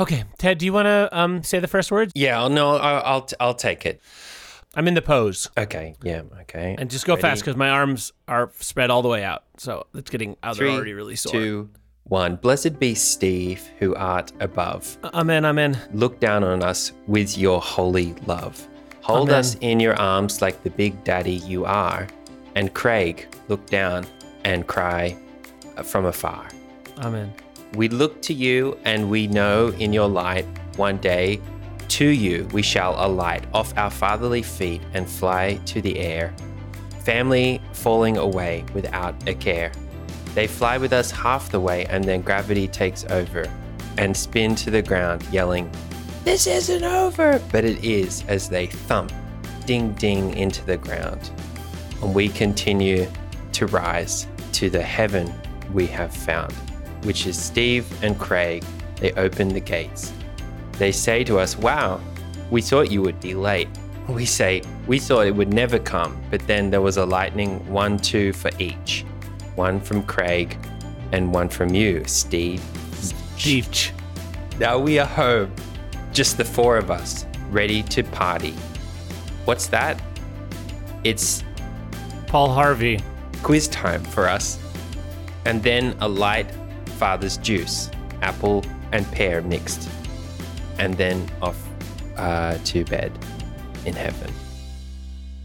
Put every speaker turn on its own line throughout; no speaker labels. Okay, Ted, do you want to um, say the first words?
Yeah, I'll- no, I'll, I'll, t- I'll take it.
I'm in the pose.
Okay, yeah, okay.
And just go fast 'cause fast because my arms are spread all the way out. So it's getting out. They're
Three,
already really sore.
Two, one. Blessed be Steve, who art above.
Amen, amen.
Look down on us with your holy love. Hold
Amen.
us in your arms like the big daddy you are. And Craig, look down and cry from afar.
Amen.
We look to you and we know in your light one day to you we shall alight off our fatherly feet and fly to the air. Family falling away without a care. They fly with us half the way and then gravity takes over and spin to the ground yelling, This isn't over! But it is as they thump, ding ding into the ground. And we continue to rise to the heaven we have found, which is Steve and Craig. They open the gates. They say to us, Wow, we thought you would be late. We say, We thought it would never come, but then there was a lightning one, two for each one from Craig and one from you, Steve.
Jeech.
Now we are home, just the four of us, ready to party. What's that? It's
Paul Harvey.
quiz time for us, and then a light father's juice, apple and pear mixed, and then off uh, to bed in heaven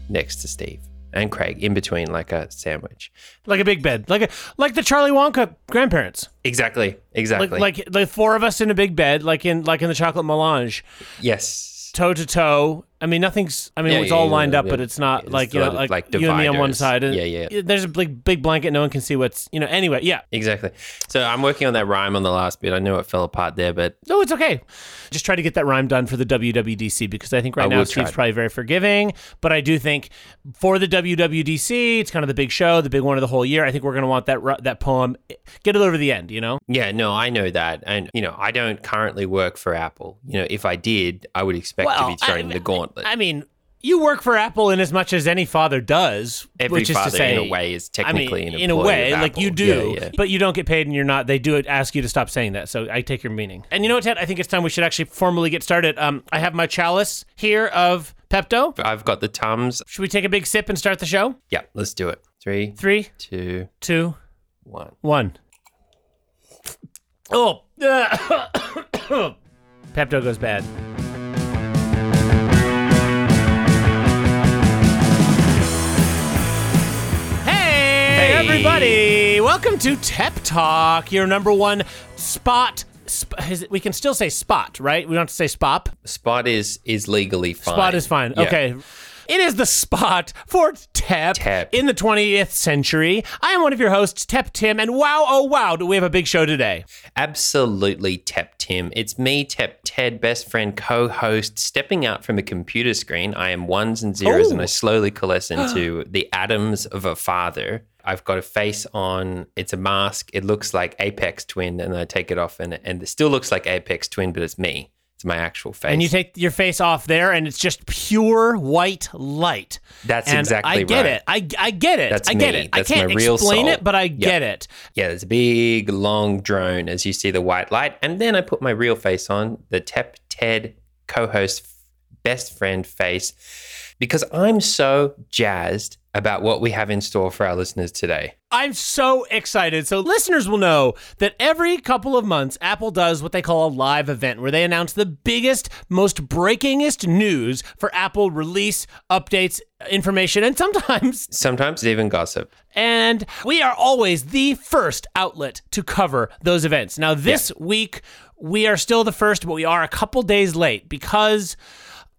next to Steve and Craig in between, like a sandwich.
Like a big bed. Like a, like the Charlie Wonka grandparents.
Exactly,
Like,
exactly.
like the four of us in a big bed, like in like in the chocolate melange,
yes,
toe to toe. I mean nothing's I mean
Yeah,
it's
yeah,
all
yeah,
lined
yeah,
up, but
yeah.
it's not
It's
like you know,
a lot of,
like,
like,
you and me on one
dividers.
side and
Yeah, yeah.
There's a big big blanket, no one can see what's you know anyway, yeah.
exactly. So I'm working on that rhyme on the last bit. I know it fell apart there, but
No, it's okay. Just try to get that rhyme done for the WWDC because I think right
I
now
will
Steve's
try.
probably very forgiving. But I do think for the WWDC, it's kind of the big show, the big one of the whole year. I think we're going to want that ru- that poem. Get it over the end, you know?
Yeah, no, I know that. And, you know, I don't currently work for Apple. You know, if I did, I would expect to be thrown in the gauntlet.
I mean, you work for Apple in as much as any father does,
Every
which is
father,
to say,
in a way, is
I mean,
technically an
in a
employee
way,
of
like
Apple.
you do,
Yeah, yeah.
but you don't get paid, and you're not. They do ask you to stop saying that. So I take your meaning. And you know what, Ted? I think it's time we should actually formally get started. Um, I have my chalice here of Pepto.
I've got the tums.
Should we take a big sip and start the show?
Yeah, let's do it. Three,
Three,
two,
two,
one.
one. Oh, Pepto goes bad. Hey, everybody! Welcome to Tep Talk, your number one spot. Sp- is it- we can still say spot, right? We don't have to say spop.
Spot is is legally fine.
Spot is fine.
Yeah.
Okay. It is the spot for Tep,
Tep.
in the 20th century. I am one of your hosts, Tep Tim, and wow, oh wow, do we have a big show today.
Absolutely, Tep Tim. It's me, Tep Ted, best friend, co host, stepping out from a computer screen. I am ones and zeros, and I
Oh.
slowly coalesce into the atoms of a father. I've got a face on, it's a mask. It looks like Apex Twin, and I take it off, and, and it still looks like Apex Twin, but it's me. It's my actual face.
And you take your face off there, and it's just pure white light.
That's
And
exactly
I get
right.
it. I, I get it.
That's
I get
me.
it.
That's
I
my
can't
real
explain
soul.
it, but I get it.
yeah, there's a big, long drone as you see the white light. And then I put my real face on, the Tep Ted co host best friend face, because I'm so jazzed about what we have in store for our listeners today.
I'm so excited. So, listeners will know that every couple of months, Apple does what they call a live event where they announce the biggest, most breakingest news for Apple release, updates, information, and sometimes,
Sometimes even gossip.
and we are always the first outlet to cover those events. Now, this week, we are still the first, but we are a couple days late because.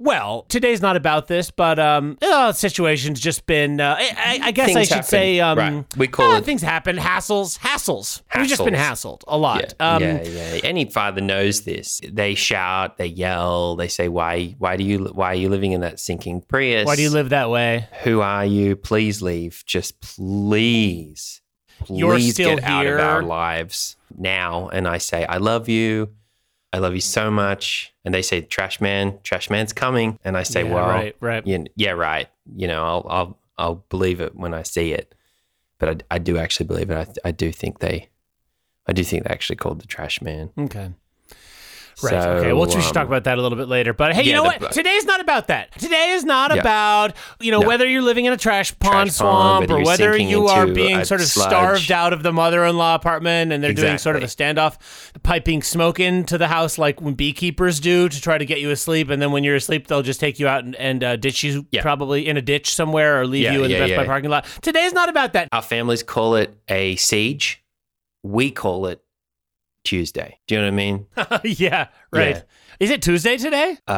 Well, today's not about this, but um, uh, situation's just been. Uh, I, I, I guess I
Things
should
happen.
say um,
Right. We call
ah,
it-
things happen. Hassles, hassles. We've just been
Hassles.
hassled a lot.
Yeah,
um,
yeah, yeah. Any father knows this. They shout, they yell, they say, "Why? Why do you? Why are you living in that sinking Prius?
Why do you live that way?
Who are you? Please leave. Just please, please
You're still
get out of
here.
our lives now." And I say, "I love you. I love you so much." And they say, "Trash man, trash man's coming." And I say,
Yeah,
"Well,
right, right.
you- yeah, right. You know, I'll, I'll, I'll believe it when I see it." But I, I do actually believe it. I, I do think they, I do think they actually called the trash man.
Okay. Right.
So,
okay. Well, we
um,
should talk about that a little bit later. But hey, you
yeah,
know
the-
what? Today's not about that. Today is not
Yeah.
about you know
No.
whether you're living in a trash pond
pond,
swamp
whether
or
you're
whether
sinking
you are
into
being
a
sort of
sludge.
starved out of the mother-in-law apartment and they're doing sort of a standoff, piping smoke into the house like when beekeepers do to try to get you asleep, and then when you're asleep they'll just take you out and, and uh, ditch you
Yeah.
probably in a ditch somewhere or leave
Yeah,
you in
yeah,
the Best
yeah.
Buy parking lot. Today's not about that.
Our families call it a siege. We call it Tuesday. Do you know what I mean?
yeah. Right.
Yeah.
Is it Tuesday today?
um,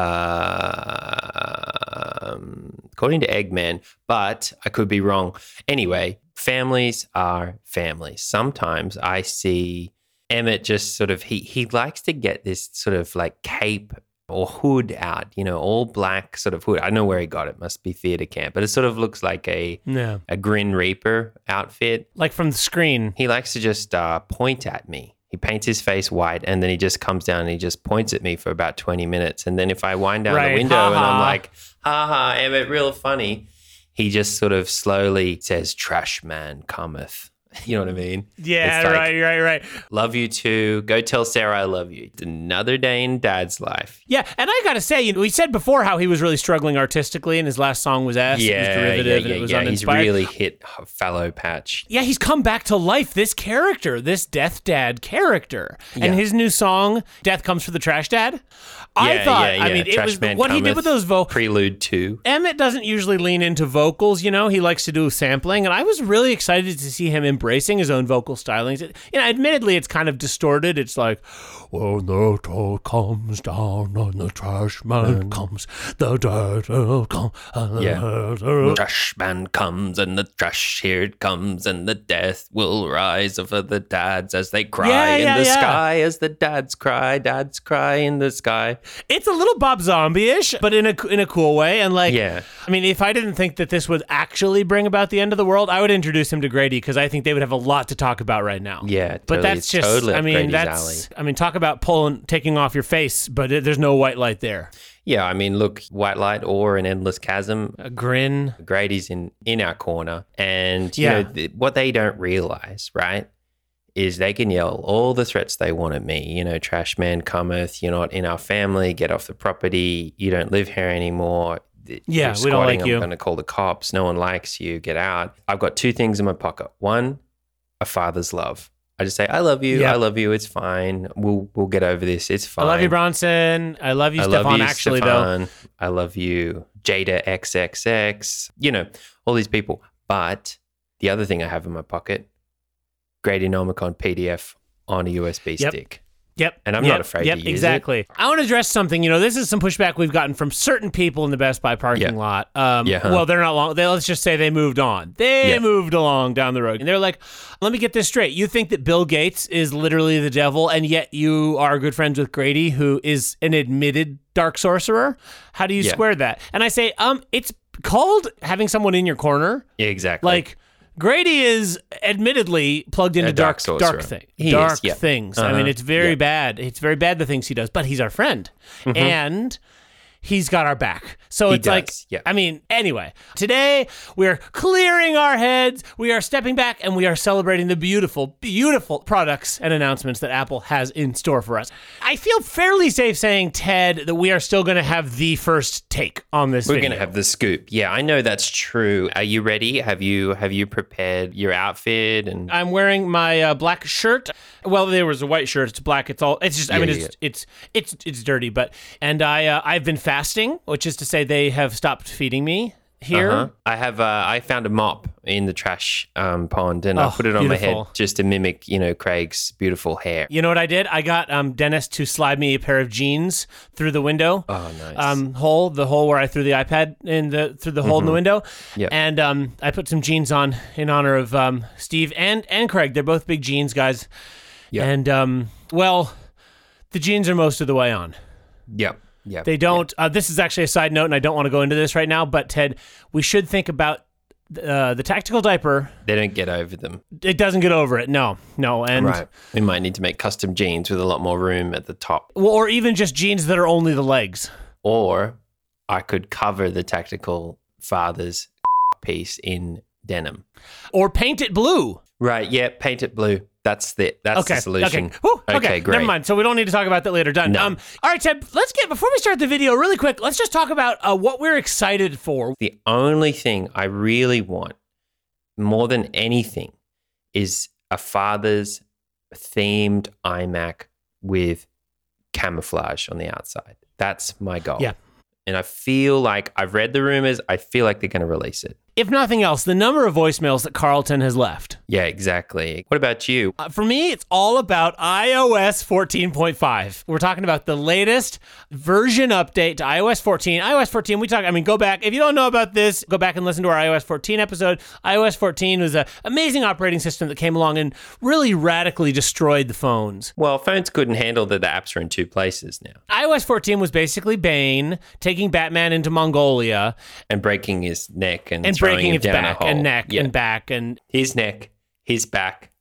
according to Eggman, but I could be wrong. Anyway, families are families. Sometimes I see Emmett just sort of he he likes to get this sort of like cape or hood out, you know, all black sort of hood. I know where he got it. Must be theater camp, but it sort of looks like a
No.
a Grin Reaper outfit.
Like from the screen.
He likes to just uh, point at me. He paints his face white and then he just comes down and he just points at me for about 20 minutes. And then if I wind down
Right,
the window and
haha.
I'm like, haha, Emmett, real funny, he just sort of slowly says, trash man cometh. You know what I mean?
Yeah.
It's like-
right. Right. Right.
Love you too. Go tell Sarah I love you. It's another day in dad's life.
Yeah, and I gotta say, you know, we said before how he was really struggling artistically, and his last song was "Ass." it was derivative, and it was
He's
uninspired.
really hit fallow patch.
yeah, he's come back to life. This character, this Death Dad character, and
Yeah.
his new song "Death Comes for the Trash Dad." I
Yeah,
thought,
yeah,
I
yeah.
mean, it
Trash
was
man
what he did
cometh.
with those vocals.
Prelude 2.
Emmett doesn't usually lean into vocals, you know. He likes to do sampling, and I was really excited to see him embracing his own vocal stylings. It, you know, admittedly, it's kind of distorted. It's like, when the toll comes down and the trash man comes, the dirt will come. And the
Yeah.
dirt will-
trash man comes and the trash here it comes and the death will rise over the dads as they cry
Yeah,
in
yeah,
the
yeah.
sky as the dads cry dads cry in the sky
It's a little Bob Zombie-ish, but in a in a cool way. And like,
Yeah.
I mean, if I didn't think that this would actually bring about the end of the world, I would introduce him to Grady because I think they would have a lot to talk about right now.
yeah
But
totally.
that's
It's
just,
totally
I
up
mean,
Grady's
that's,
alley.
I mean, talk about pulling, taking off your face, but it, there's no white light there.
yeah i mean look white light or an endless chasm
A grin.
Grady's in in our corner, and you
Yeah.
know th- what they don't realize, right? Is they can yell all the threats they want at me. You know, trash man cometh. You're not in our family. Get off the property. You don't live here anymore. th-
Yeah,
you're
we don't
squatting,
like you."
I'm going to call the cops. No one likes you. Get out. I've got two things in my pocket. One, a father's love. I just say, I love you.
Yeah.
I love you. It's fine. We'll we'll get over this. It's fine.
I love you, Bronson. I love you, Stefan. actually, though.
Stefan. I love you, Jada XXX. You know, all these people. But the other thing I have in my pocket, Grady Nomicon PDF on a USB
Yep.
stick.
Yep.
And I'm
yep,
not afraid
Yep.
to use it.
exactly. I want to address something. You know, this is some pushback we've gotten from certain people in the Best Buy parking
Yeah.
lot. Um,
Yeah, huh.
Well, they're not long. They, let's just say they moved on. They
Yeah.
moved along down the road, and they're like, "Let me get this straight. You think that Bill Gates is literally the devil, and yet you are good friends with Grady, who is an admitted dark sorcerer? How do you
Yeah.
square that?" And I say, "Um, it's called having someone in your corner."
Yeah, exactly.
Like Grady is admittedly plugged into
A dark
dark dark,
sorcerer.
thing.
He is,
dark
yeah.
things. I
Uh-huh,
mean, it's very
yeah. Mm-hmm.
bad. It's very bad the things he does, but he's our friend. And he's got our back. So
He
it's like
does, yeah.
I mean, anyway, today we're clearing our heads, we are stepping back and we are celebrating the beautiful beautiful products and announcements that Apple has in store for us. I feel fairly safe saying Ted that we are still going to have the first take on this
we're
video.
gonna have the scoop. Yeah, I know that's true. Are you ready? Have you have you prepared your outfit and
I'm wearing my uh, black shirt. Well, there was a white shirt. It's black. It's all. It's just. I
Yeah,
mean,
yeah,
it's, it's it's it's dirty. But and I uh, I've been fasting, which is to say they have stopped feeding me here.
Huh? I have. Uh, I found a mop in the trash um, pond, and
Oh,
I put it on my
beautiful.
head just to mimic, you know, Craig's beautiful hair.
You know what I did? I got um, Dennis to slide me a pair of jeans through the window.
Oh, nice.
Um, hole the hole where I threw the iPad in the through the hole in the window,
Mm-hmm. Yep.
and um, I put some jeans on in honor of um, Steve and and Craig. They're both big jeans guys,
Yeah.
and um, well, the jeans are most of the way on.
yeah, yeah.
They don't. Uh, this is actually a side note, and I don't want to go into this right now. But Ted, we should think about uh, the tactical diaper.
They don't get over them.
It doesn't get over it. No, no, and
right. We might need to make custom jeans with a lot more room at the top.
well, or even just jeans that are only the legs.
Or I could cover the tactical father's piece in denim.
or paint it blue.
Right. Yeah. Paint it blue. That's the that's
Okay.
the solution.
Okay. Whew, okay.
great.
Never mind. So we don't need to talk about that later. Done.
No.
Um. All right, Ted. Let's get before we start the video, really quick. Let's just talk about uh, what we're excited for.
The only thing I really want more than anything is a father's themed iMac with camouflage on the outside. That's my goal.
Yeah.
And I feel like I've read the rumors. I feel like they're going to release it.
If nothing else, the number of voicemails that Carlton has left.
Yeah, exactly. What about you?
Uh, for me, it's all about iOS 14.5. We're talking about the latest version update to iOS 14. iOS 14, we talk, I mean, go back. If you don't know about this, go back and listen to our iOS 14 episode. iOS 14 was an amazing operating system that came along and really radically destroyed the phones.
Well, phones couldn't handle that the apps are in two places now
iOS 14 was basically Bane taking Batman into Mongolia
and breaking his neck and,
and
throwing
breaking
him
its
down
back
a hole.
and neck
Yeah.
and back and
his neck, his back,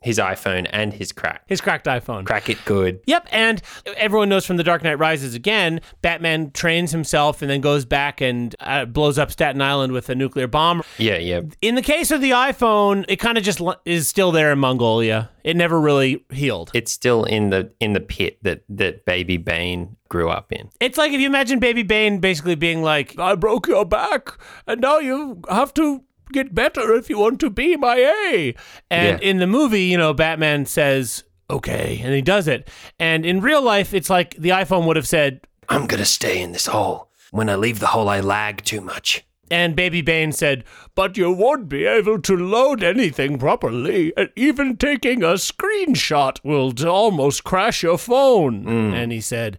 his iPhone, and his crack.
his cracked iPhone.
Crack it good.
Yep, and everyone knows from The Dark Knight Rises again, Batman trains himself and then goes back and uh, blows up Staten Island with a nuclear bomb.
Yeah, yeah.
In the case of the iPhone, it kind of just l- is still there in Mongolia. It never really healed.
It's still in the in the pit that that baby Bane grew up in.
It's like if you imagine Baby Bane basically being like, I broke your back, and now you have to get better if you want to be my A. And
Yeah.
in the movie, you know, Batman says, okay, and he does it. And in real life, it's like the iPhone would have said,
I'm gonna stay in this hole. When I leave the hole, I lag too much.
And Baby Bane said, But you won't be able to load anything properly. and Even taking a screenshot will t- almost crash your phone. And he said,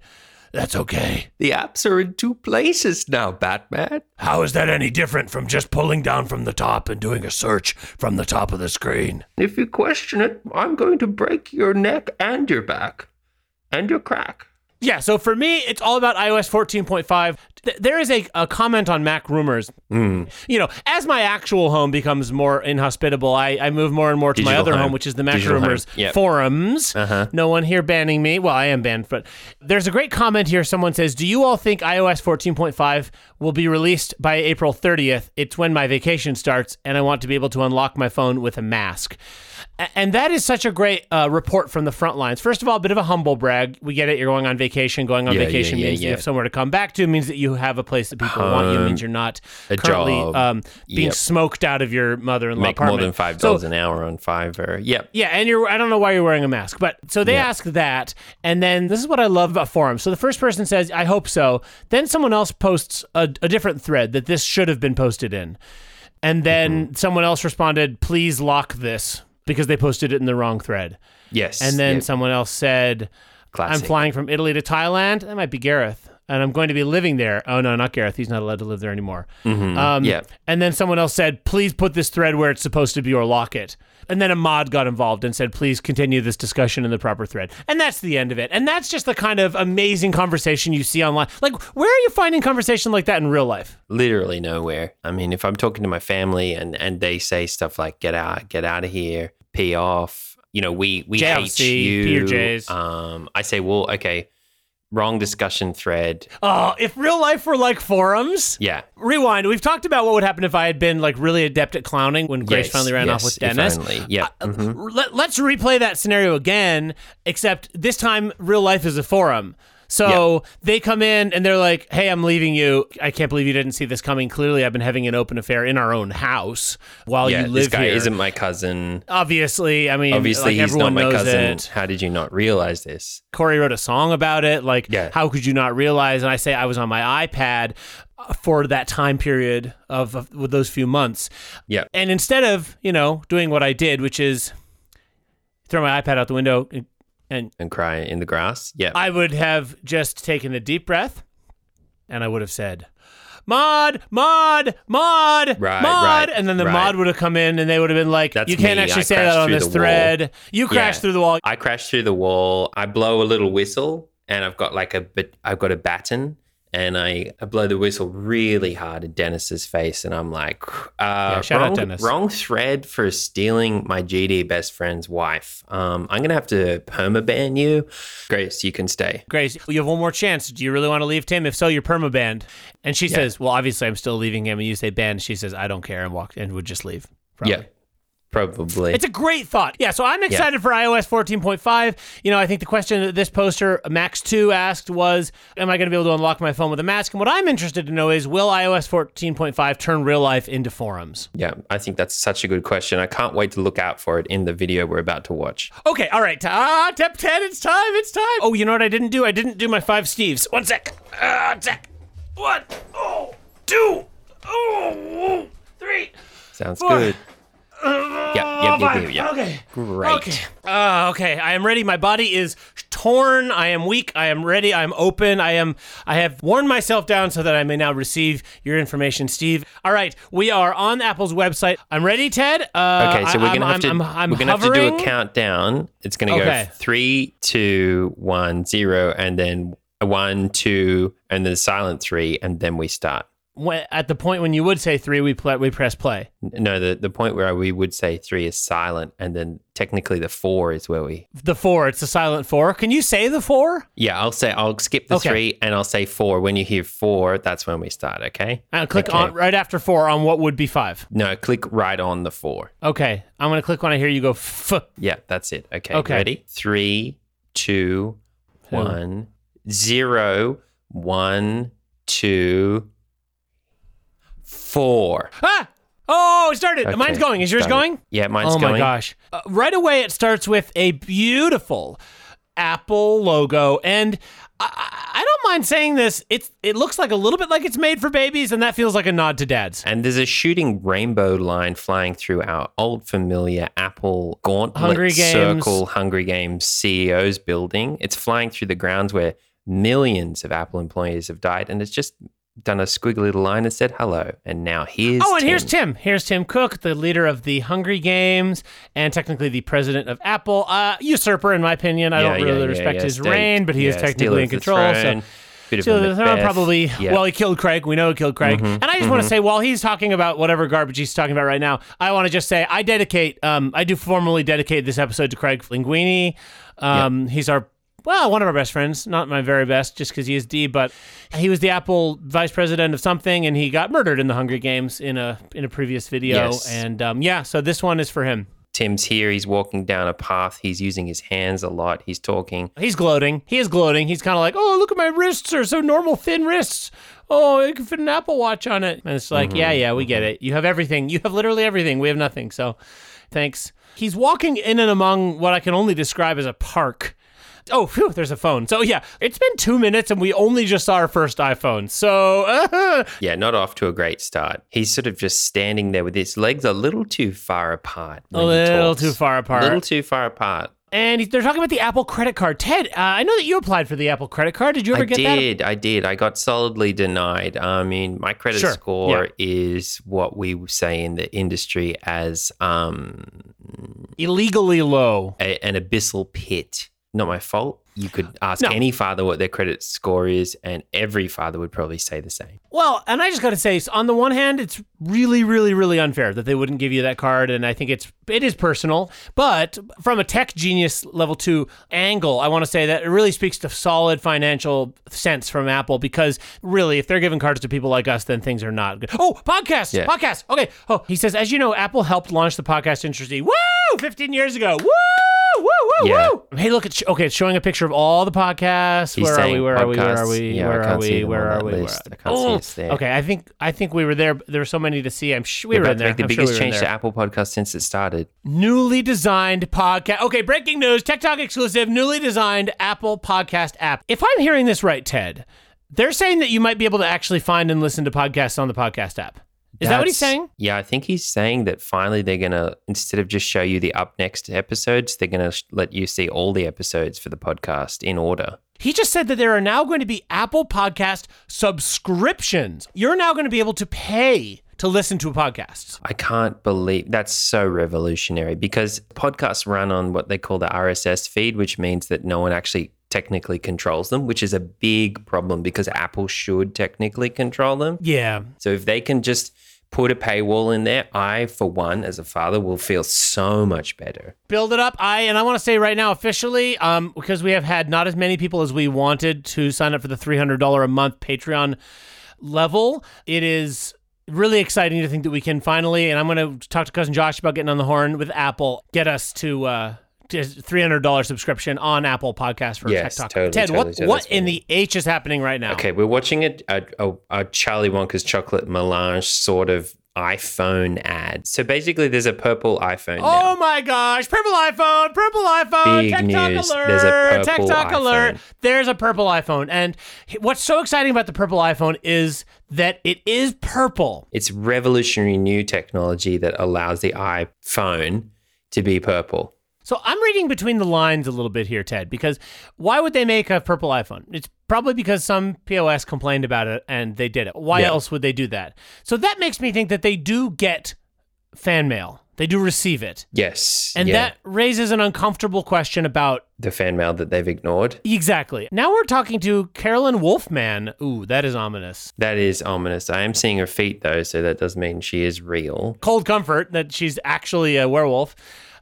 That's okay.
The apps are in two places now, Batman.
How is that any different from just pulling down from the top and doing a search from the top of the screen?
If you question it, I'm going to break your neck and your back and your crack.
Yeah, so for me, it's all about iOS 14.5. Th- There is a, a comment on Mac rumors. You know, as my actual home becomes more inhospitable, I, I move more and more to my
Digital
other home.
home.
which is the Mac
Digital home,
rumors
yep.
forums.
Uh-huh.
No one here banning me. Well, I am banned, but there's a great comment here. Someone says, "Do you all think iOS 14.5 will be released by April 30th? It's when my vacation starts, and I want to be able to unlock my phone with a mask." A- And that is such a great uh, report from the front lines. First of all, a bit of a humble brag. We get it. You're going on vacation. Going on
Yeah, yeah,
vacation
yeah,
means that you
yeah. Um,
have somewhere to come back to. Means that you have a place that people want you. Means you're not
a
currently
job.
um, being
Yep.
smoked out of your mother-in-law
Make
apartment.
more than five
So
dollars an hour on Fiverr. Yep.
yeah, and you're I don't know why you're wearing a mask, but so they ask that and then this is what I love about forums. So the first person says, "I hope so." Then someone else posts a, a different thread that this should have been posted in. And then someone else responded, "Please lock this." Because they posted it in the wrong thread.
Yes.
And then
yep.
someone else said, I'm
classic.
flying from Italy to Thailand. That might be Gareth. And I'm going to be living there. Oh, no, not Gareth. He's not allowed to live there anymore. Um,
Yeah.
And then someone else said, please put this thread where it's supposed to be or lock it. And then a mod got involved and said, please continue this discussion in the proper thread. And that's the end of it. And that's just the kind of amazing conversation you see online. Like, where are you finding conversation like that in real life?
literally nowhere. I mean, if I'm talking to my family and and they say stuff like "get out, get out of here, pee off," you know, we we
JLC,
hate you.
pee your J's.
Um, I say, well, okay, wrong discussion thread.
Oh, if real life were like forums.
Yeah,
Rewind. We've talked about what would happen if I had been like really adept at clowning when Grace
Yes,
finally ran off
yes,
with
if
Dennis.
only. Yeah, mhm.
Mm-hmm. Let, us replay that scenario again, except this time real life is a forum. So they come in and they're like, "Hey, I'm leaving you. I can't believe you didn't see this coming. Clearly, I've been having an open affair in our own house while
yeah.
you
This
live
guy
here.
isn't my cousin.
Obviously, I mean,
Obviously,
like,
he's not
everyone
my
knows
cousin.
it.
How did you not realize this?
Corey wrote a song about it. Like,
Yeah.
how could you not realize? And I say I was on my iPad uh, for that time period of, of with those few months.
Yeah,
And instead of you know doing what I did, which is throw my iPad out the window and, and
and cry in the grass. Yeah,
I would have just taken a deep breath and I would have said, Mod, mod, mod,
Right,
mod.
right,
and then the
right.
mod would have come in and they would have been like,
That's
You can't
me.
actually
I
say
crashed
that on
through
this
the
thread. You crashed
Yeah.
through the wall.
Oh, I crash through the wall. I blow a little whistle, and I've got like a bit. I've got a baton, and I, I blow the whistle really hard at Dennis's face, and I'm like, uh,
shout out
wrong,
Dennis.
wrong thread for stealing my GD best friend's wife. Um, I'm gonna have to permaban you, Grace. You can stay.
Grace, you have one more chance. Do you really want to leave Tim? If so, you're permabanned. And she says, Well, obviously, I'm still leaving him. And you say, Banned. She says, I don't care. And walked and would just leave. Probably.
Yeah, Probably.
It's a great thought. Yeah, so I'm excited for iOS 14.5. You know, I think the question that this poster, Max2, asked was Am I going to be able to unlock my phone with a mask? And what I'm interested to know is Will iOS 14.5 turn real life into forums?
yeah, I think that's such a good question. I can't wait to look out for it in the video we're about to watch.
Okay, all right. Ah, tip 10, it's time, it's time. Oh, you know what I didn't do? I didn't do my five Steves. One sec. Ah, sec. One, oh, two, oh, three.
Sounds
Four.
good. Yeah, yeah, yeah, yeah, yeah.
Okay.
Great.
Okay. Uh, okay. I am ready. My body is torn. I am weak. I am ready. I am open. I am. I have worn myself down so that I may now receive your information, Steve. All right. We are on Apple's website. I'm ready, Ted. Uh,
Okay, so
I-
we're gonna
I'm-
have to
I'm, I'm, I'm
we're gonna have to do
hovering.
a countdown. It's gonna
Okay.
go three, two, one, zero, and then one, two, and then silent three, and then we start.
When- at the point when you would say three, we play, we press play.
N- No, the, the point where we would say three is silent, and then technically the four is where we.
The four. It's the silent four. Can you say the four?
Yeah, I'll say I'll skip the
Okay.
three, and I'll say four. When you hear four, that's when we start. Okay.
And Uh, click
Okay.
on right after four on what would be five.
No, click right on the four.
Okay. I'm gonna click when I hear you go. F-
Yeah, that's it. Okay.
Okay.
Ready? Three, two,
Two.
one, zero, one, two, four.
ah. Oh, it started.
Okay,
Mine's going. Is yours
done.
going?
Yeah, mine's
oh
going.
my gosh. Uh, right away, it starts with a beautiful Apple logo. And I- I, I don't mind saying this. It's It looks like a little bit like it's made for babies, and that feels like a nod to dads.
And there's a shooting rainbow line flying through our old familiar Apple gauntlet
Hungry Games.
circle Hungry Games CEO's building. It's flying through the grounds where millions of Apple employees have died, and it's just done a squiggly little line and said hello. And now here's
Oh, and here's
Tim.
Tim. Here's Tim Cook, the leader of the Hungry Games and technically the president of Apple. Uh, usurper, in my opinion. I
Yeah,
don't
yeah,
really
yeah,
respect
yeah,
his
state-
reign, but he is
yeah,
technically
steal
in
the
control. So
throne, bit of
So
a
the throne
Macbeth.
probably.
Yeah. Mm-hmm.
Well, he killed Craig. We know he killed Craig. And I just want to say, while he's talking about whatever garbage he's talking about right now, I want to just say I dedicate. Um, I do formally dedicate this episode to Craig Linguini. Um, he's our well, one of our best friends. Not my very best, just because he is D, but he was the Apple vice president of something, and he got murdered in the Hunger Games in a in a previous video.
Yes.
And um, yeah, so this one is for him.
Tim's here. He's walking down a path. He's using his hands a lot. He's talking.
He's gloating. He is gloating. He's kind of like, oh, look at my wrists are so normal, thin wrists. Oh, I can fit an Apple Watch on it. And it's like, yeah,
Mm-hmm.
yeah, we get it. You have everything. You have literally everything. We have nothing. So thanks. He's walking in and among what I can only describe as a park. Oh, phew, there's a phone. So yeah, it's been two minutes and we only just saw our first iPhone. So
Yeah, not off to a great start. He's sort of just standing there with his legs a little too far apart. when
a
he
little
talks.
too far apart.
A little too far apart.
and he- they're talking about the Apple credit card. Ted, uh, I know that you applied for the Apple credit card. Did you ever
I
get that?
did. I did. I got solidly denied. I mean, my credit
Sure,
score is what we say in the industry as um,
Illegally low.
a, an abyssal pit. Not my fault. You could ask
No.
any father what their credit score is, and every father would probably say the same.
Well, and I just got to say, s- on the one hand, it's really, really, really unfair that they wouldn't give you that card, and I think it's it is personal. But from a tech genius level two angle, I want to say that it really speaks to solid financial sense from Apple because really, if they're giving cards to people like us, then things are not good. Oh, podcast,
Yeah.
podcast. Okay. Oh, he says, as you know, Apple helped launch the podcast industry. Woo! 15 years ago. Woo! Woo! Woo!
Yeah.
Woo! Hey, look at sh- okay. It's showing a picture of all the podcasts.
He's
where are we?
saying
Where are we? Where are
podcasts.
we?
Yeah, I
where are
can't see
we?
them
Where
on
are
that
we?
list.
Where-
I can't see
Oh,
us there.
Okay, I think I think we were there. but There were so many to see. I'm sure we
We're
were
about
in
to
there.
make the
I'm sure
biggest
we were in
change
there.
to Apple Podcast since it started.
Newly designed podcast. Okay, breaking news. TikTok exclusive. Newly designed Apple podcast app. If I'm hearing this right, Ted, they're saying that you might be able to actually find and listen to podcasts on the podcast app. Is that what he's
That's-
saying?
Yeah, I think he's saying that finally they're going to, instead of just show you the up next episodes, they're going to let you see all the episodes for the podcast in order.
He just said that there are now going to be Apple Podcast subscriptions. You're now going to be able to pay to listen to podcasts.
I can't believe that's so revolutionary because podcasts run on what they call the RSS feed, which means that no one actually technically controls them, which is a big problem because Apple should technically control them.
Yeah.
So if they can just put a paywall in there, I, for one, as a father, will feel so much better.
build it up. I and I want to say right now officially, um, because we have had not as many people as we wanted to sign up for the three hundred dollar a month Patreon level. It is Really exciting to think that we can finally, and I'm going to talk to cousin Josh about getting on the horn with Apple, get us to uh, to $300 subscription on Apple Podcast for
Yes,
Tech Talk.
totally,
Ted,
totally,
what
totally,
what in
totally.
the H is happening right now?
Okay, we're watching a, a, a, a Charlie Wonka's chocolate melange sort of iPhone ad. So basically, there's a purple iPhone now.
Oh my gosh! Purple iPhone, purple iPhone,
Big
Tech Talk
news.
alert,
There's a purple
Tech Talk
iPhone.
alert. There's a purple iPhone, and h- what's so exciting about the purple iPhone is that it is purple.
It's revolutionary new technology that allows the iPhone to be purple.
So I'm reading between the lines a little bit here, Ted, because why would they make a purple iPhone? It's probably because some POS complained about it and they did it. Why
Yeah.
else would they do that? So that makes me think that they do get fan mail. They do receive it.
Yes.
And
yeah,
that raises an uncomfortable question about
the fan mail that they've ignored.
Exactly. Now we're talking to Carolyn Wolfman. Ooh, that is ominous.
That is ominous. I am seeing her feet though, so that does mean she is real.
Cold comfort that she's actually a werewolf.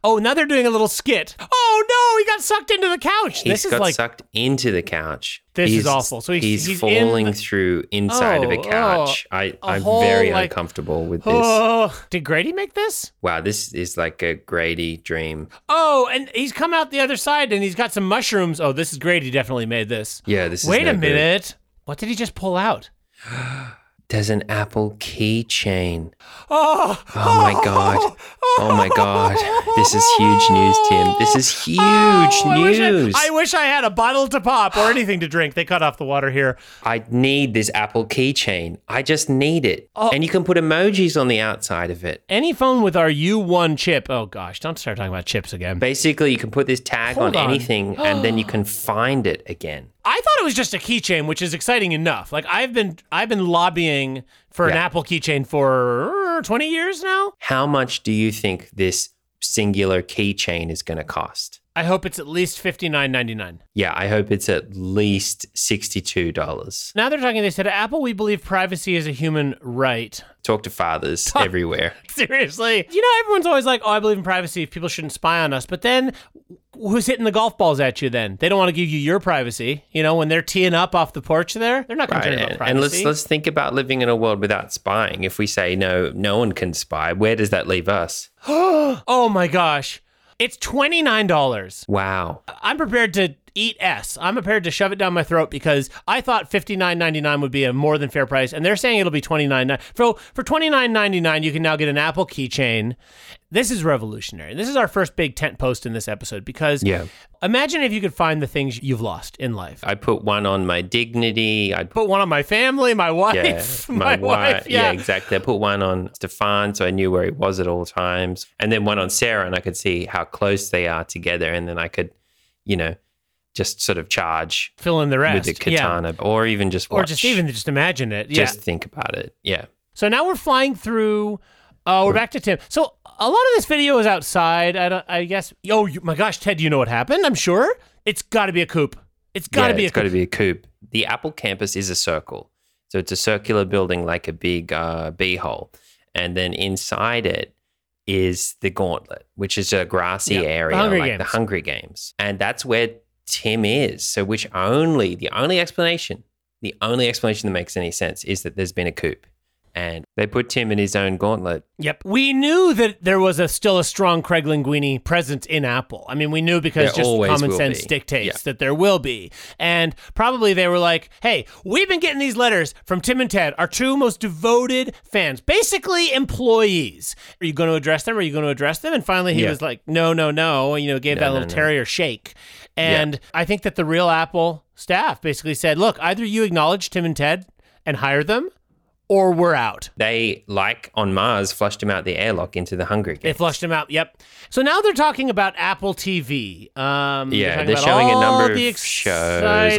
Oh, now they're doing a little skit. Oh no, he got sucked into the couch.
He's
this is
got
like
sucked into the couch.
This is
He's-
awful. So he's-
he's,
he's in
falling
the-
through inside of a
Oh, oh,
couch. I,
a
I'm
whole,
very
like-
uncomfortable with this.
oh, did Grady make this?
Wow, this is like a Grady dream.
Oh, and he's come out the other side and he's got some mushrooms. Oh, this is Grady definitely made this.
Yeah, this is.
Wait
no
a
good.
minute. What did he just pull out?
There's an Apple keychain.
Oh,
Oh my god. Oh my god. This is huge news, Tim. This is huge
Oh, I wish I-
news.
I wish I had a bottle to pop or anything to drink. They cut off the water here.
I need this Apple keychain. I just need it.
Oh.
And you can put emojis on the outside of it.
any phone with our U1 chip. Oh gosh, don't start talking about chips again.
Basically, you can put this tag
Hold
on,
on.
anything and then you can find it again.
I thought it was just a keychain, which is exciting enough. Like I've been I've been lobbying for an
Yeah.
Apple keychain for 20 years now.
How much do you think this singular keychain is going to cost?
I hope it's at least 59.99.
Yeah, I hope it's at least $62.
Now they're talking they said at Apple we believe privacy is a human right.
Talk to fathers everywhere.
Seriously. You know everyone's always like, "Oh, I believe in privacy. People shouldn't spy on us." But then who's hitting the golf balls at you then? They don't want to give you your privacy. You know, when they're teeing up off the porch there, they're not going
Right,
to about
and,
privacy.
and let's let's think about living in a world without spying. If we say no, no one can spy. Where does that leave us?
Oh my gosh. It's $29.
Wow,
I'm prepared to eat S. I'm prepared to shove it down my throat because I thought $59.99 would be a more than fair price, and they're saying it'll be $29.99. For, for $29.99, you can now get an Apple keychain. This is revolutionary. This is our first big tent post in this episode because
Yeah.
imagine if you could find the things you've lost in life.
I put one on my dignity. I
Put one on my family, my
yeah,
wife, my, wife.
yeah, exactly. I put one on Stefan, so I knew where he was at all times, and then one on Sarah, and I could see how close they are together, and then I could, you know, just sort of charge
Fill in the rest.
with the
Yeah.
katana, or even just
Or
watch.
just even just imagine it. Yeah.
just think about it. Yeah,
So now we're flying through. Uh, we're back to Tim. So a lot of this video is outside. I, don't, I guess. Oh you, my gosh, Ted, you know what happened? I'm sure. It's got to be a coop. It's got to
Yeah,
be a
it's got
coop.
to be a coop. The Apple campus is a circle, so it's a circular building like a big uh, bee hole, and then inside it is the Gauntlet, which is a grassy
Yeah, the
area
Hungry
like the
Games.
Hungry Games, and that's where Tim is. So, which only the only explanation, the only explanation that makes any sense is that there's been a coop, and they put Tim in his own Gauntlet.
Yep. We knew that there was a still a strong Craig Linguini presence in Apple. I mean, we knew because
There
just
always
common
will
sense
be.
dictates
Yeah.
that there will be. And probably they were like, "Hey, we've been getting these letters from Tim and Ted, our two most devoted fans, basically employees. Are you going to address them? Are you going to address them?" And finally, he
Yeah.
was like, "No, no, no." You know, gave
No,
that
no,
little
no.
terrier shake. And I think that the real Apple staff basically said, "Look, either you acknowledge Tim and Ted and hire them, or we're out."
They, like on Mars, flushed him out the airlock into the Hungry Games.
They flushed him out. Yep. So now they're talking about Apple TV. Um,
Yeah,
talking
they're
about
showing a
all
number
the
of shows,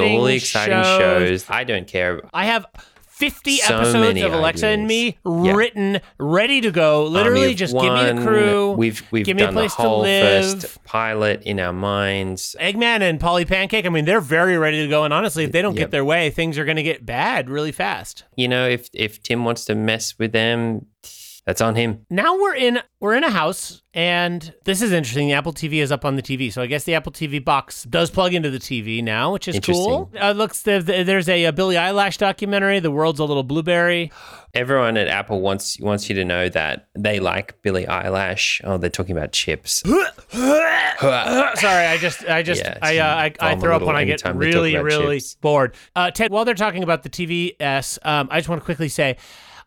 all the exciting shows. I don't care.
I have 50
So
episodes
many
of Alexa and Me
ideas. Yeah.
written, ready to go. Literally,
Army of
just give me
One,
the crew.
We've we've
give me a
done the
place to
whole
live.
first pilot in our minds.
Eggman and Polly Pancake. I mean, they're very ready to go. And honestly, if they don't
Yep.
get their way, things are going to get bad really fast.
You know, if if Tim wants to mess with them, That's on him.
now we're in we're in a house and this is interesting the apple tv is up on the tv so i guess the apple tv box does plug into the tv now which is cool uh, looks there- there's a, uh billie eyelash documentary the world's a little blueberry
Everyone at Apple wants wants you to know that they like Billie Eilish. Oh, they're talking about chips.
sorry i just i just
Yeah,
i uh, I, I
vomit
throw
a
up when
little
i get
anytime they talk
really
about
really
chips.
bored uh, ted while they're talking about the tvs um, i just want to quickly say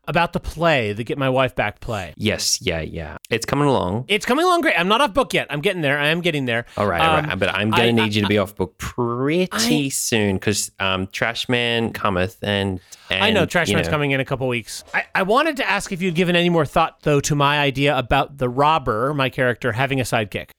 about the play the get my wife back play
yes, yeah, yeah. It's coming along.
it's coming along great i'm not off book yet i'm getting there i am getting there
All right, all
Um,
right. But I'm
I-
gonna need you to be off book pretty soon because um, Trashman cometh and, and
I know
you
Trashman's coming in a couple weeks. I, I wanted to ask if you'd given any more thought, though, to my idea about the robber, my character, having a sidekick.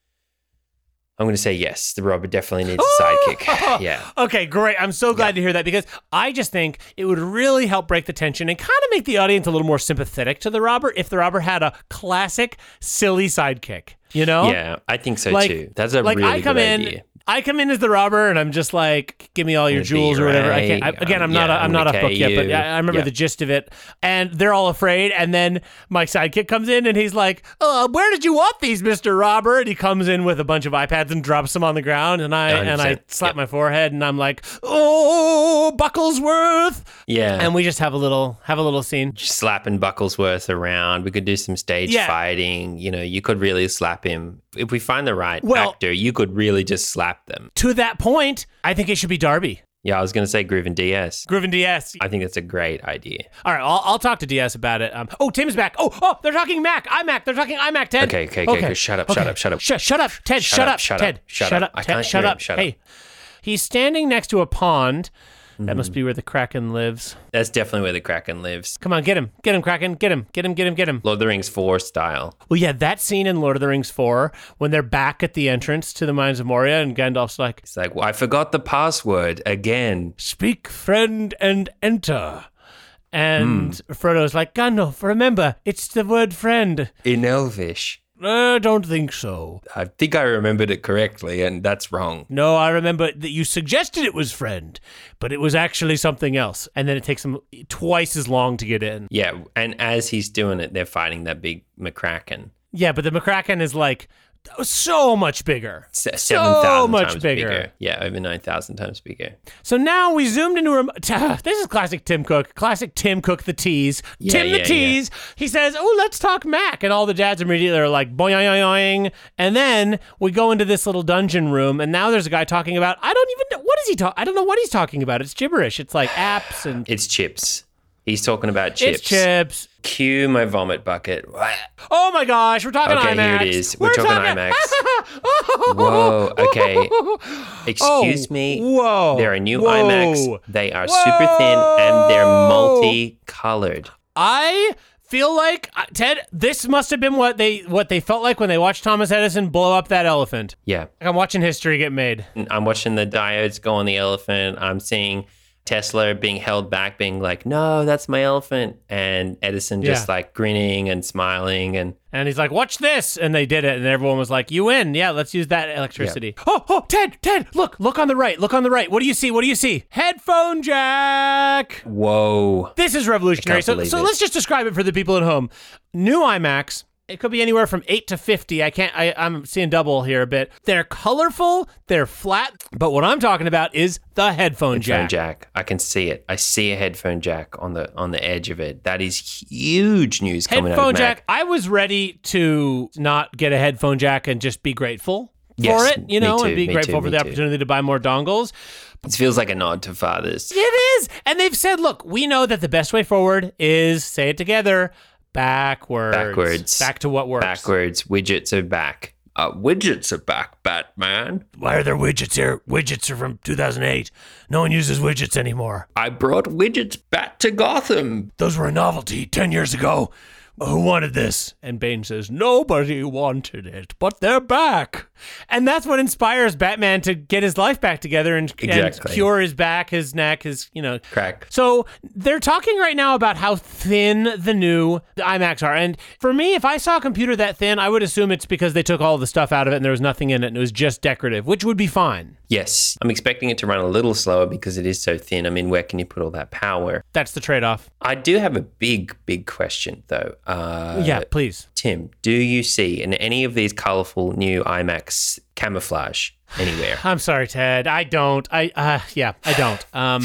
I'm gonna say yes. The robber definitely needs a
Oh!
sidekick. Yeah.
Okay, great. I'm so glad to hear that because I just think it would really help break the tension and kind of make the audience a little more sympathetic to the robber if the robber had a classic, silly sidekick. You know?
Yeah, I think so
Oh! Like-
too. That's a
like
really
I come
good
in,
idea.
I come in as the robber, and I'm just like, "Give me all your
Gonna be
jewels or whatever." I can't. I,
right.
again, I'm
Yeah,
not. A, I'm
I'm
not
gonna
off book
K
yet, but
you.
I, I remember
Yeah.
the gist of it. And they're all afraid, and then my sidekick comes in, and he's like, "Uh, where did you want these, Mister Robber?" And he comes in with a bunch of iPads and drops them on the ground, and I and I
100%,
slap my forehead, and I'm like, "Oh, Bucklesworth!"
Yeah.
And we just have a little have a little scene.
slapping Bucklesworth around. We could do some stage
Yeah.
fighting. You know, you could really slap him. If we find the right
Well-
actor, you could really just slap them.
To that point, I think it should be Darby,
Yeah, I was going to say Groove and DS.
Griffin DS.
I think that's a great idea.
All right, I'll, I'll talk to DS about it. Um, oh, Tim's back. Oh, oh, they're talking Mac. iMac. They're talking iMac. Ted.
Okay, okay, okay, okay. Shut up, shut up, shut up.
Shut, shut up, Ted. Shut,
up,
up,
shut up,
Ted.
shut up. I
Ted,
can't
shut
hear him,
up.
shut
hey,
up.
he's standing next to a pond. That
Mm-hmm.
must be where the Kraken lives.
That's definitely where the Kraken lives.
Come on, get him, get him, Kraken, get him, get him, get him, get him.
Lord of the Rings 4 style.
Well, yeah, that scene in Lord of the Rings Four when they're back at the entrance to the Mines of Moria, and Gandalf's like,
It's like, well, I forgot the password again.
"Speak, friend, and enter." And
Hmm.
Frodo's like, "Gandalf, remember, it's the word friend."
In Elvish.
Uh, don't think so.
I think I remembered it correctly, and that's wrong.
No, I remember that you suggested it was friend, but it was actually something else. And then it takes them twice as long to get in.
Yeah, and as he's doing it, they're fighting that big McCracken.
Yeah, but the McCracken is like so much bigger.
Se-
so
7,000
much
times
bigger.
Yeah, over 9,000 times bigger.
So now we zoomed into a. this is classic Tim Cook. Classic Tim Cook the tease.
Yeah,
Tim
yeah,
the
yeah.
tease. He says, "Oh, let's talk Mac," and all the dads immediately are like, "Boing, boing, boing." And then we go into this little dungeon room, and now there's a guy talking about. I don't even know what is he talk. I don't know what he's talking about. It's gibberish. It's like apps and.
It's chips. He's talking about chips.
It's chips.
Cue my vomit bucket.
Oh my gosh, we're talking
Okay,
IMAX.
here it is. We're talking IMAX. Whoa, okay. Excuse me.
Oh, Whoa.
They're a new
Whoa.
IMAX. They are super thin and they're multicolored.
I feel like uh, Ted. This must have been what they what they felt like when they watched Thomas Edison blow up that elephant.
Yeah.
Like I'm watching history get made.
I'm watching the diodes go on the elephant. I'm seeing Tesla being held back, being like, no, that's my elephant. And Edison just
Yeah.
like grinning and smiling. And
And he's like, "Watch this!" And they did it, and everyone was like, "You win! Yeah, let's use that electricity." Oh, oh, Ted, Ted, look, look on the right, look on the right. What do you see? What do you see? Headphone jack.
whoa.
This is revolutionary.
I can't
So,
believe
so
it.
let's just describe it for the people at home. New IMAX. It could be anywhere from eight to fifty. I can't. I, I'm seeing double here a bit. They're colorful. They're flat. But what I'm talking about is the headphone,
Headphone
jack.
jack. I can see it. I see a headphone jack on the on the edge of it. That is huge news coming out
Headphone
of Mac.
jack. I was ready to not get a headphone jack and just be grateful
Yes,
for it. You
me
know, and
too,
be
me
grateful for
too, me
the
too.
opportunity to buy more dongles.
It feels like a nod to fathers.
It is. And they've said, look, we know that the best way forward is say it together. Backwards.
Backwards.
Back to what works.
Backwards, widgets are back. Uh, widgets are back, Batman.
Why are there widgets here? Widgets are from 2008. No one uses widgets anymore.
I brought widgets back to Gotham.
Those were a novelty 10 years ago. Who wanted this? And Bane says, Nobody wanted it, but they're back. And that's what inspires Batman to get his life back together and, and
Exactly.
cure his back, his neck, his, you know.
Crack.
So they're talking right now about how thin the new IMAX are. And for me, if I saw a computer that thin, I would assume it's because they took all the stuff out of it and there was nothing in it and it was just decorative, which would be fine.
Yes, I'm expecting it to run a little slower because it is so thin. I mean, where can you put all that power?
That's the trade off.
I do have a big, big question though. Uh,
yeah, please.
Tim, do you see in any of these colorful new IMAX camouflage anywhere?
I'm sorry, Ted. I don't. I uh, yeah, I don't. Um,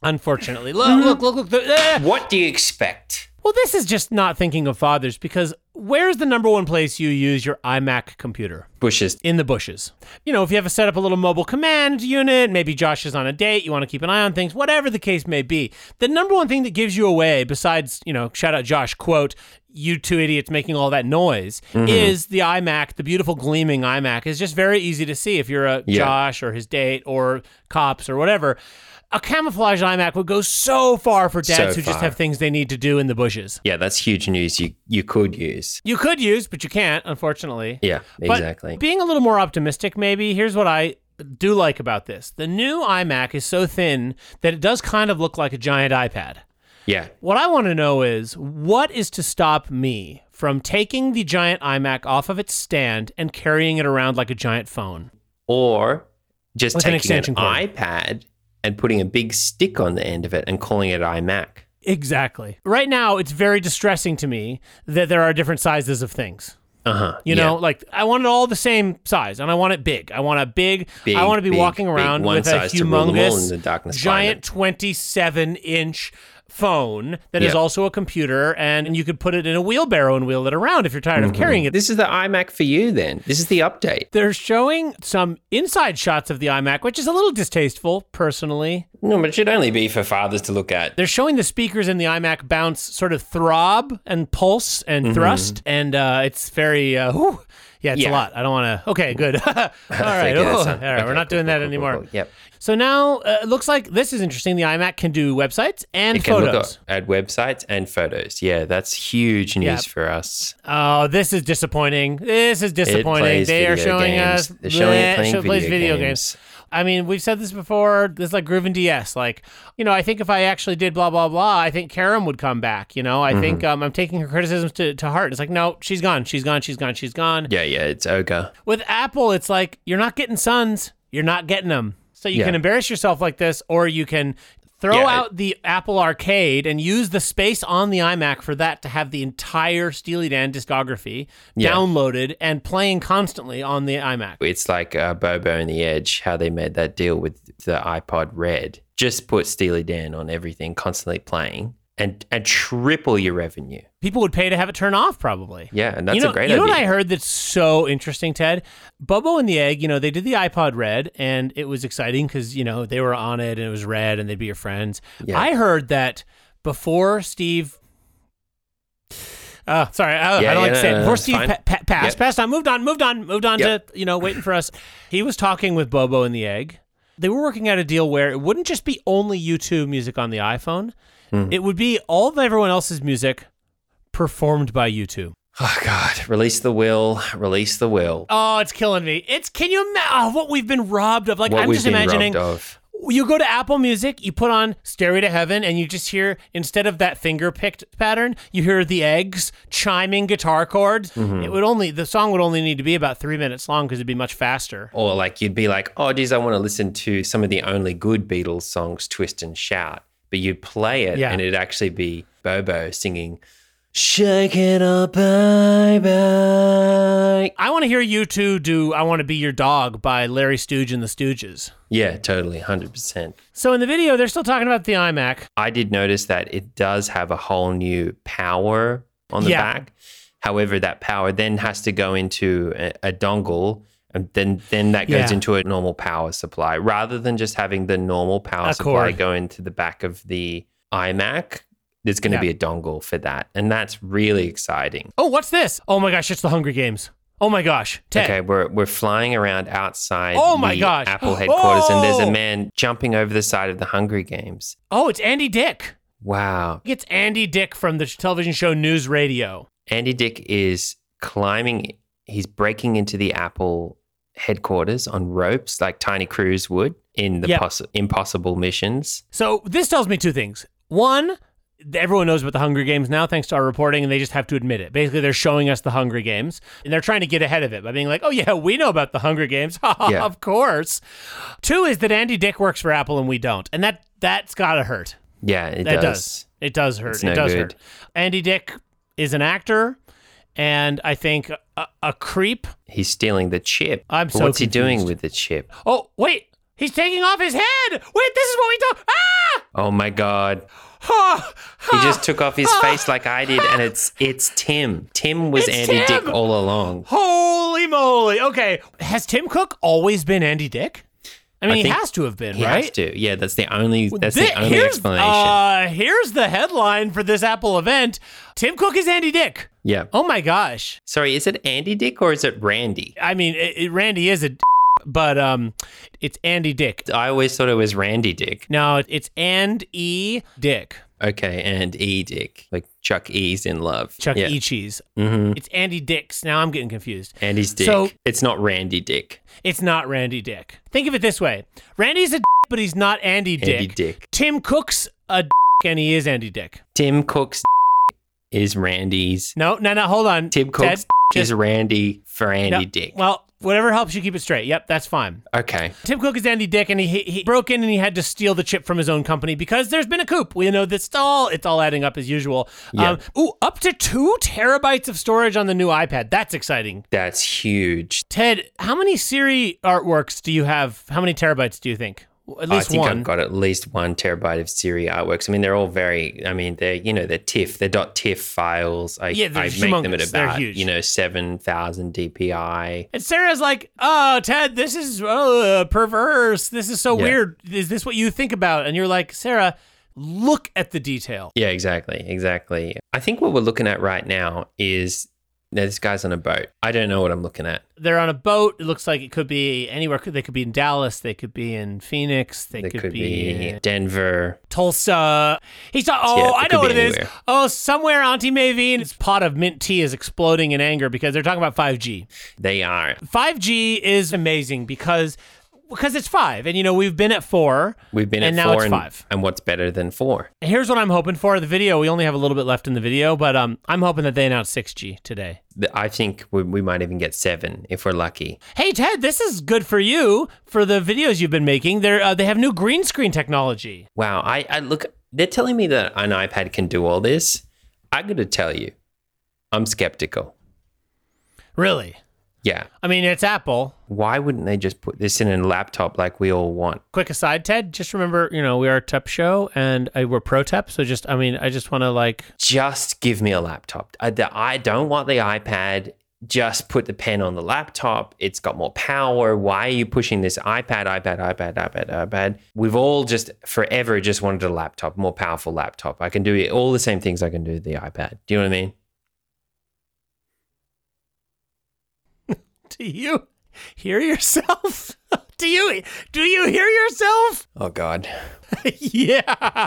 unfortunately, look, look, look, look. The, eh.
What do you expect?
Well, this is just not thinking of fathers because where's the number one place you use your iMac computer?
Bushes.
In the bushes. You know, if you have set up a little mobile command unit, maybe Josh is on a date, you want to keep an eye on things, whatever the case may be. The number one thing that gives you away, besides, you know, shout out Josh, quote, you two idiots making all that noise,
Mm-hmm.
is the iMac, the beautiful gleaming iMac is just very easy to see if you're a
Yeah.
Josh or his date or cops or whatever. A camouflage iMac would go so far for dads who just
far.
have things they need to do in the bushes.
Yeah, that's huge news you, you could use.
You could use, but you can't, unfortunately.
Yeah,
But
exactly.
being a little more optimistic, maybe, here's what I do like about this. The new iMac is so thin that it does kind of look like a giant iPad.
yeah.
What I want to know is what is to stop me from taking the giant iMac off of its stand and carrying it around like a giant phone?
Or just
With an
taking an,
extension cord.
iPad and putting a big stick on the end of it and calling it iMac.
Exactly. Right now, it's very distressing to me that there are different sizes of things.
Uh huh.
You know, like I want it all the same size, and I want it big. I want a big.
Big,
I want to be
big,
walking
big
around
one
with a
size to rule them all in
humongous,
the darkness
giant, twenty-seven inch phone that is
Yeah.
also a computer, and you could put it in a wheelbarrow and wheel it around if you're tired
Mm-hmm.
of carrying it.
This is the iMac for you then. This is the update.
They're showing some inside shots of the iMac, which is a little distasteful, personally.
No, but it should only be for fathers to look at.
They're showing the speakers in the iMac bounce, sort of throb and pulse and thrust, and uh, it's very, uh, whew. yeah, it's
Mm-hmm. Yeah.
a lot. I don't want to. Okay, good. all right,
Okay,
oh,
that's
all
not-
right,
okay,
we're not
cool,
doing
cool,
that
cool, cool,
anymore.
cool. Yep.
So now uh, it looks like this is interesting. The iMac can do websites and
Can
photos.
look at, at websites and photos. Yeah, that's huge news
Yeah.
for us.
Oh, this is disappointing. This is disappointing.
plays
They are
video
showing
games.
us
They're showing it
bleh,
playing
show- plays
video games.
I mean, we've said this before. This is like Groovin DS. Like, you know, I think if I actually did blah blah blah, I think Karen would come back. You know, I think
Mm-hmm.
um, I'm taking her criticisms to, to heart. It's like, no, she's gone. She's gone. She's gone. She's gone.
Yeah, yeah, it's ogre.
With Apple, it's like you're not getting sons. You're not getting them. So you
Yeah.
can embarrass yourself like this, or you can throw
Yeah, I-
out the Apple Arcade and use the space on the iMac for that to have the entire Steely Dan discography
Yeah.
downloaded and playing constantly on the iMac.
It's like uh, Bobo and the Edge, how they made that deal with the iPod Red. Just put Steely Dan on everything, constantly playing, and and triple your revenue.
People would pay to have it turn off, probably.
Yeah, and that's
you know,
a great
you know
idea.
what I heard that's so interesting, Ted? Bobo and the Egg, you know, they did the iPod Red and it was exciting because, you know, they were on it and it was red and they'd be your friends.
Yeah.
I heard that before Steve. Oh, sorry. I,
Yeah,
I don't like
yeah,
to say
no,
it.
no,
Before
it's
Steve
fine.
pa- pa- passed,
Yep.
passed on, moved on, moved on, moved on
Yep.
to, you know, waiting for us. He was talking with Bobo and the Egg. They were working out a deal where it wouldn't just be only YouTube music on the iPhone,
Hmm.
it would be all of everyone else's music performed by YouTube.
oh God, release the will, release the will.
Oh, it's killing me. It's can you imagine oh, what we've been robbed of? Like
what
I'm
we've
just
been
imagining
robbed of.
you go to Apple Music, you put on Stairway to Heaven, and you just hear instead of that finger picked pattern, you hear the eggs chiming guitar chords.
Mm-hmm.
It would only the song would only need to be about three minutes long because it'd be much faster.
Or like you'd be like, oh, geez, I want to listen to some of the only good Beatles songs, Twist and Shout. But you'd play it
Yeah.
and it'd actually be Bobo singing, Shake it up, bye bye.
I want to hear you two do I Want to Be Your Dog by Larry Stooge and the Stooges.
Yeah, totally, 100%.
So in the video, they're still talking about the iMac.
I did notice that it does have a whole new power on the
Yeah.
back. However, that power then has to go into a, a dongle. And then, then that goes
Yeah.
into a normal power supply rather than just having the normal power
A
supply
cord.
go into the back of the iMac. There's going to
Yeah.
be a dongle for that. And that's really exciting.
Oh, what's this? Oh my gosh, it's the Hungry Games. Oh my gosh, Ted.
Okay, we're, we're flying around outside
Oh my
the
gosh.
Apple headquarters, and there's
Oh.
a man jumping over the side of the Hungry Games.
Oh, it's Andy Dick.
Wow.
It's Andy Dick from the television show News Radio.
Andy Dick is climbing, he's breaking into the Apple headquarters on ropes like Tiny Crews would in the
Yep.
poss- impossible missions.
So this tells me two things. One, everyone knows about the Hunger Games now, thanks to our reporting, and they just have to admit it. Basically, they're showing us the Hunger Games, and they're trying to get ahead of it by being like, "Oh yeah, we know about the Hunger Games,
Yeah.
of course." Two is that Andy Dick works for Apple and we don't, and that that's gotta hurt.
Yeah, it
That
does.
does. It does hurt.
It's
it
no
does
good.
hurt. Andy Dick is an actor and I think a, a creep.
He's stealing the chip.
I'm
But
so
What's he doing
confused.
with the chip?
Oh, wait. He's taking off his head. Wait, this is what we talk. Ah!
Oh my god.
Ha!
He
Ha!
just took off
Ah.
his face like I did and it's it's Tim. Tim was
It's
Andy
Tim!
Dick all along.
Holy moly. Okay. Has Tim Cook always been Andy Dick? I mean,
I
he
think
has to have been,
He
right?
has to. Yeah, that's the only that's
Thi-
the only
here's,
explanation.
Uh, here's the headline for this Apple event Tim Cook is Andy Dick.
yeah.
Oh my gosh.
Sorry, is it Andy Dick or is it Randy?
I mean, it, it- Randy is a d- but um, it's Andy Dick.
I always thought it was Randy Dick.
No, it's And E Dick.
Okay, and E Dick. Like Chuck E's in love.
Chuck
yeah.
E. Cheese.
hmm
It's Andy Dicks. Now I'm getting confused.
Andy's Dick.
So-
it's not Randy Dick.
It's not Randy Dick. Think of it this way Randy's a d- but he's not Andy Dick.
Andy Dick.
Tim Cook's a d- and he is Andy Dick.
Tim Cook's is Randy's.
No, no, no. Hold on.
Tim
Ted,
Cook's is Randy for
no,
Andy Dick.
Well, whatever helps you keep it straight. Yep, that's fine.
Okay.
Tim Cook is Andy Dick, and he, he he broke in and he had to steal the chip from his own company because there's been a coup. We know that's all. It's all adding up as usual.
Yeah.
Um, ooh, up to two terabytes of storage on the new iPad. That's exciting.
That's huge.
Ted, how many Siri artworks do you have? How many terabytes do you think? Well, At
Uh, I
least
think
one.
I've got at least one terabyte of Siri artworks. I mean, they're all very. I mean, they're you know they're TIFF, they're dot .tiff files. I,
Yeah, they're
I make them at
humongous. They're
about
huge.
you know seven thousand DPI.
and Sarah's like, "Oh, Ted, this is uh, perverse. This is so
Yeah.
weird. Is this what you think about?" And you're like, "Sarah, look at the detail."
Yeah, exactly, exactly. I think what we're looking at right now is now this guy's on a boat. I don't know what I'm looking at.
they're on a boat. It looks like it could be anywhere. Could- They could be in Dallas. They could be in Phoenix. They
It
could,
could,
be, uh,
be,
in
Denver.
Tulsa. He's talking. Oh,
Yeah, it
I
could
know
be
what it is.
anywhere.
Oh, somewhere Auntie Mavine's pot of mint tea is exploding in anger because they're talking about 5G.
They are.
5G is amazing because because it's five, and you know we've been at four.
We've been
And
at
now
four
it's
and
five.
And what's better than four?
Here's what I'm hoping for. The video. We only have a little bit left in the video, but um, I'm hoping that they announce 6G today.
Th- I think we, we might even get seven if we're lucky.
Hey Ted, this is good for you for the videos you've been making. They're, uh, they have new green screen technology.
Wow. I, I look. They're telling me that an iPad can do all this. I got to tell you, I'm skeptical.
Really?
Yeah.
I mean, it's Apple.
Why wouldn't they just put this in a laptop like we all want?
Quick aside, Ted, just remember, you know, we are a TEP show and I, we're pro TEP. So just, I mean, I just want to like,
just give me a laptop. I, the, I don't want the iPad. Just put the pen on the laptop. It's got more power. Why are you pushing this iPad, iPad, iPad, iPad, iPad? We've all just forever just wanted a laptop, more powerful laptop. I can do all the same things I can do with the iPad. Do you know what I mean?
do you hear yourself? do you, do you hear yourself?
Oh God.
yeah.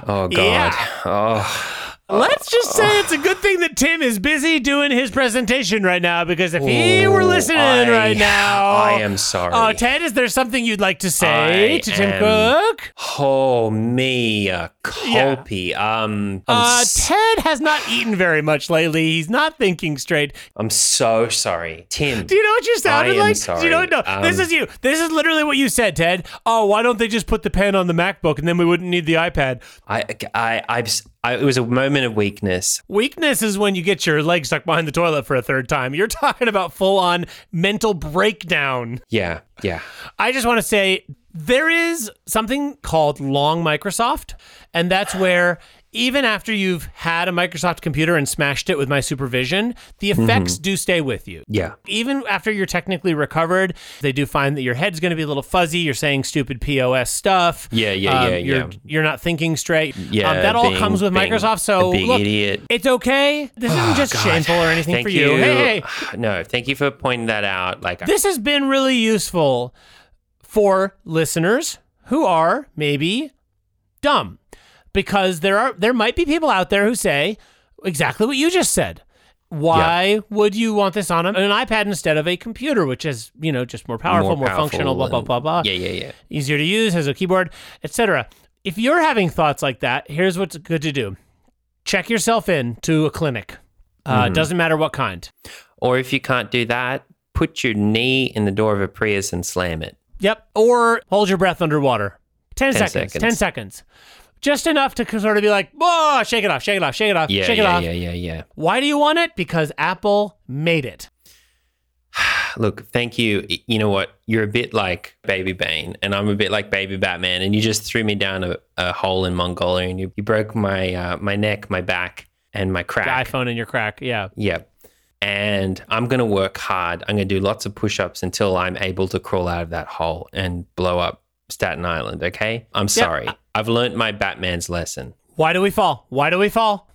Oh God.
Yeah.
Oh.
Let's just say it's a good thing that Tim is busy doing his presentation right now because if he were
Ooh,
listening
I-
right now,
I am sorry.
Oh, Ted, is there something you'd like to say
I
to Tim
am-
Cook?
Oh me, a copy. Um,
Uh,
I'm s-
Ted has not eaten very much lately. He's not thinking straight.
I'm so sorry, Tim.
Do you know what you sounded
am
like? Do you know?
sorry.
No, this
Um,
is you. This is literally what you said, Ted. Oh, why don't they just put the pen on the MacBook and then we wouldn't need the iPad?
I, I, I've, s- I, it was a moment of weakness.
Weakness is when you get your leg stuck behind the toilet for a third time. You're talking about full on mental breakdown.
Yeah, yeah.
I just want to say there is something called long Microsoft, and that's where even after you've had a Microsoft computer and smashed it with my supervision, the
Mm-hmm.
effects do stay with you.
Yeah.
Even after you're technically recovered, they do find that your head's going to be a little fuzzy. You're saying stupid POS stuff. Um,
Yeah, yeah, yeah,
you're,
yeah.
You're not thinking straight. Um,
Yeah,
that all
being-
comes with
being
Microsoft. So
a big
look,
idiot. Oh,
it's okay. This isn't just
God.
shameful or anything
Thank
for you. Hey, hey,
No, thank you for pointing that out. Like,
this has been really useful for listeners who are maybe dumb because there are there might be people out there who say exactly what you just said why would you want this on an ipad instead of a computer which is you know just more powerful more,
powerful
functional blah blah
and-
blah blah
Yeah, yeah, yeah.
easier to use has a keyboard etc if you're having thoughts like that here's what's good to do check yourself in to a clinic uh,
Mm-hmm.
doesn't matter what kind
Or if you can't do that, put your knee in the door of a Prius and slam it.
Yep. Or hold your breath underwater. 10, seconds,
seconds.
10 seconds. just enough to sort of be like, "Whoa, shake it off, shake it off, shake it off,
Yeah,
shake it
yeah,
off."
yeah, yeah, yeah.
Why do you want it? Because Apple made it.
Look, thank you. Y- You know what? You're a bit like Baby Bane, and I'm a bit like Baby Batman, and you just threw me down a, a hole in Mongolia, and you, you broke my uh, my neck, my back, and my
The
crack.
iPhone in your crack. Yeah.
Yeah. And I'm going to work hard. I'm going to do lots of push ups until I'm able to crawl out of that hole and blow up Staten Island. Okay. I'm sorry. I've learnt my Batman's lesson.
Why do we fall? Why do we fall?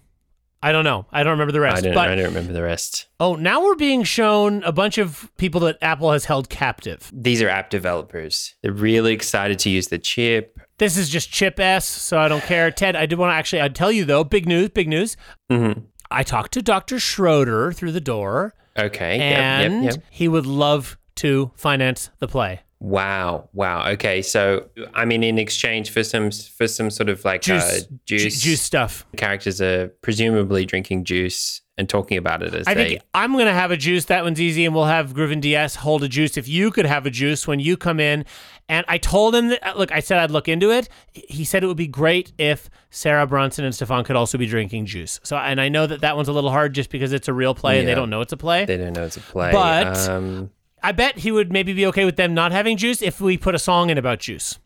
I don't know. I don't remember the rest.
I don't,
but
I don't remember the rest.
oh, now we're being shown a bunch of people that Apple has held captive.
These are app developers. They're really excited to use the chip.
This is just chip s, so I don't care. Ted, I did want to actually. I'd tell you though. Big news. Big news.
hmm
I talked to Dr. Schroeder through the door,
Okay. Yep,
and
yep, yep.
he would love to finance the play.
Wow. Wow. Okay. So, I mean, in exchange for some for some sort of like
Juice,
uh,
ju-
juice,
juice stuff.
characters are presumably drinking juice and talking about it as
I
they
think I'm gonna have a juice. That one's easy, and we'll have Griffin DS hold a juice. If you could have a juice when you come in, and I told him that look, I said I'd look into it. He said it would be great if Sarah Bronson and Stefan could also be drinking juice. So, and I know that that one's a little hard just because it's a real play and they
Yeah.
don't know it's a play.
they don't know it's a play.
But-
um,
I bet he would maybe be okay with them not having juice if we put a song in about juice.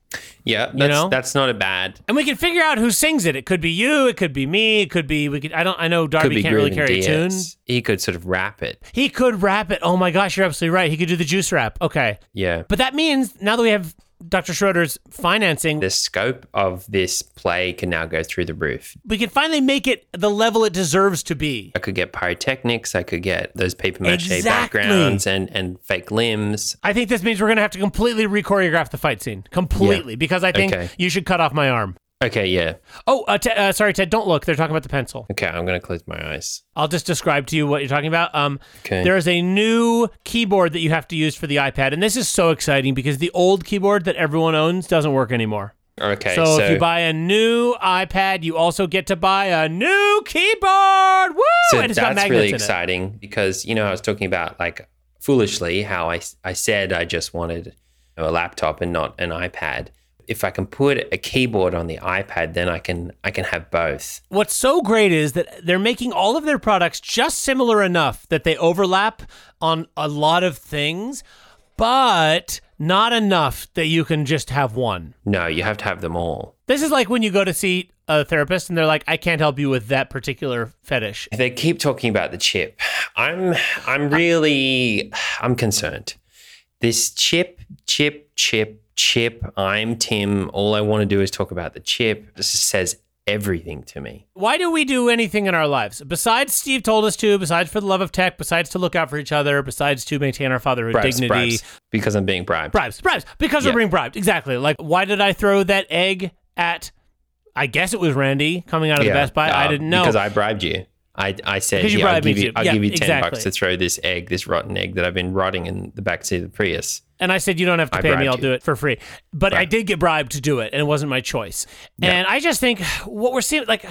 Yeah, that's,
know?
that's not a bad.
And we can figure out who sings it. It could be you. It could be me. It could be we could. I don't. I know Darby can't really
Griffin
carry a tune.
Diaz. He could sort of rap it.
He could rap it. Oh my gosh, you're absolutely right. He could do the juice rap. Okay,
Yeah.
but that means now that we have Dr. Schroeder's financing,
The scope of this play can now go through the roof.
we can finally make it the level it deserves to be.
I could get pyrotechnics. I could get those paper mache
Exactly.
backgrounds and, and fake limbs.
I think this means we're gonna have to completely re-choreograph the fight scene completely because I think
Okay.
you should cut off my arm.
Okay, yeah.
Oh, uh, Te- uh, sorry, Ted. Don't look. They're talking about the pencil.
Okay, I'm going to close my eyes.
I'll just describe to you what you're talking about. Um,
Okay.
There is a new keyboard that you have to use for the iPad, and this is so exciting because the old keyboard that everyone owns doesn't work anymore.
Okay,
So,
so
if you buy a new iPad, you also get to buy a new keyboard. Woo!
so
and it's got
that's
magnets
really
in it.
exciting because, you know, I was talking about like foolishly how I, I said I just wanted you know, a laptop and not an iPad. If I can put a keyboard on the iPad, then I can I can have both.
What's so great is that they're making all of their products just similar enough that they overlap on a lot of things, but not enough that you can just have one.
No, you have to have them all.
This is like when you go to see a therapist and they're like, I can't help you with that particular fetish.
They keep talking about the chip. I'm I'm really I'm concerned. This chip, chip, chip, chip. I'm Tim. All I want to do is talk about the chip. This says everything to me.
Why do we do anything in our lives? Besides Steve told us to, besides for the love of tech, besides to look out for each other, besides to maintain our fatherhood
Bribes,
dignity.
bribes, because I'm being bribed.
Bribes, bribes, because
Yeah.
we're being bribed. Exactly. Like, why did I throw that egg at, I guess it was Randy coming out of
Yeah,
the Best Buy? I
uh,
didn't know.
because I bribed you. I, I said
Because you
yeah, I'll
bribed me
give you,
to.
I'll
Yeah,
give you ten bucks
exactly.
to throw this egg, this rotten egg that I've been rotting in the backseat of the Prius.
And I said, You don't have to
I
pay me,
bribed
I'll
you.
do it for free. But I did get bribed to do it, and it wasn't my choice. And I just think what we're seeing, like,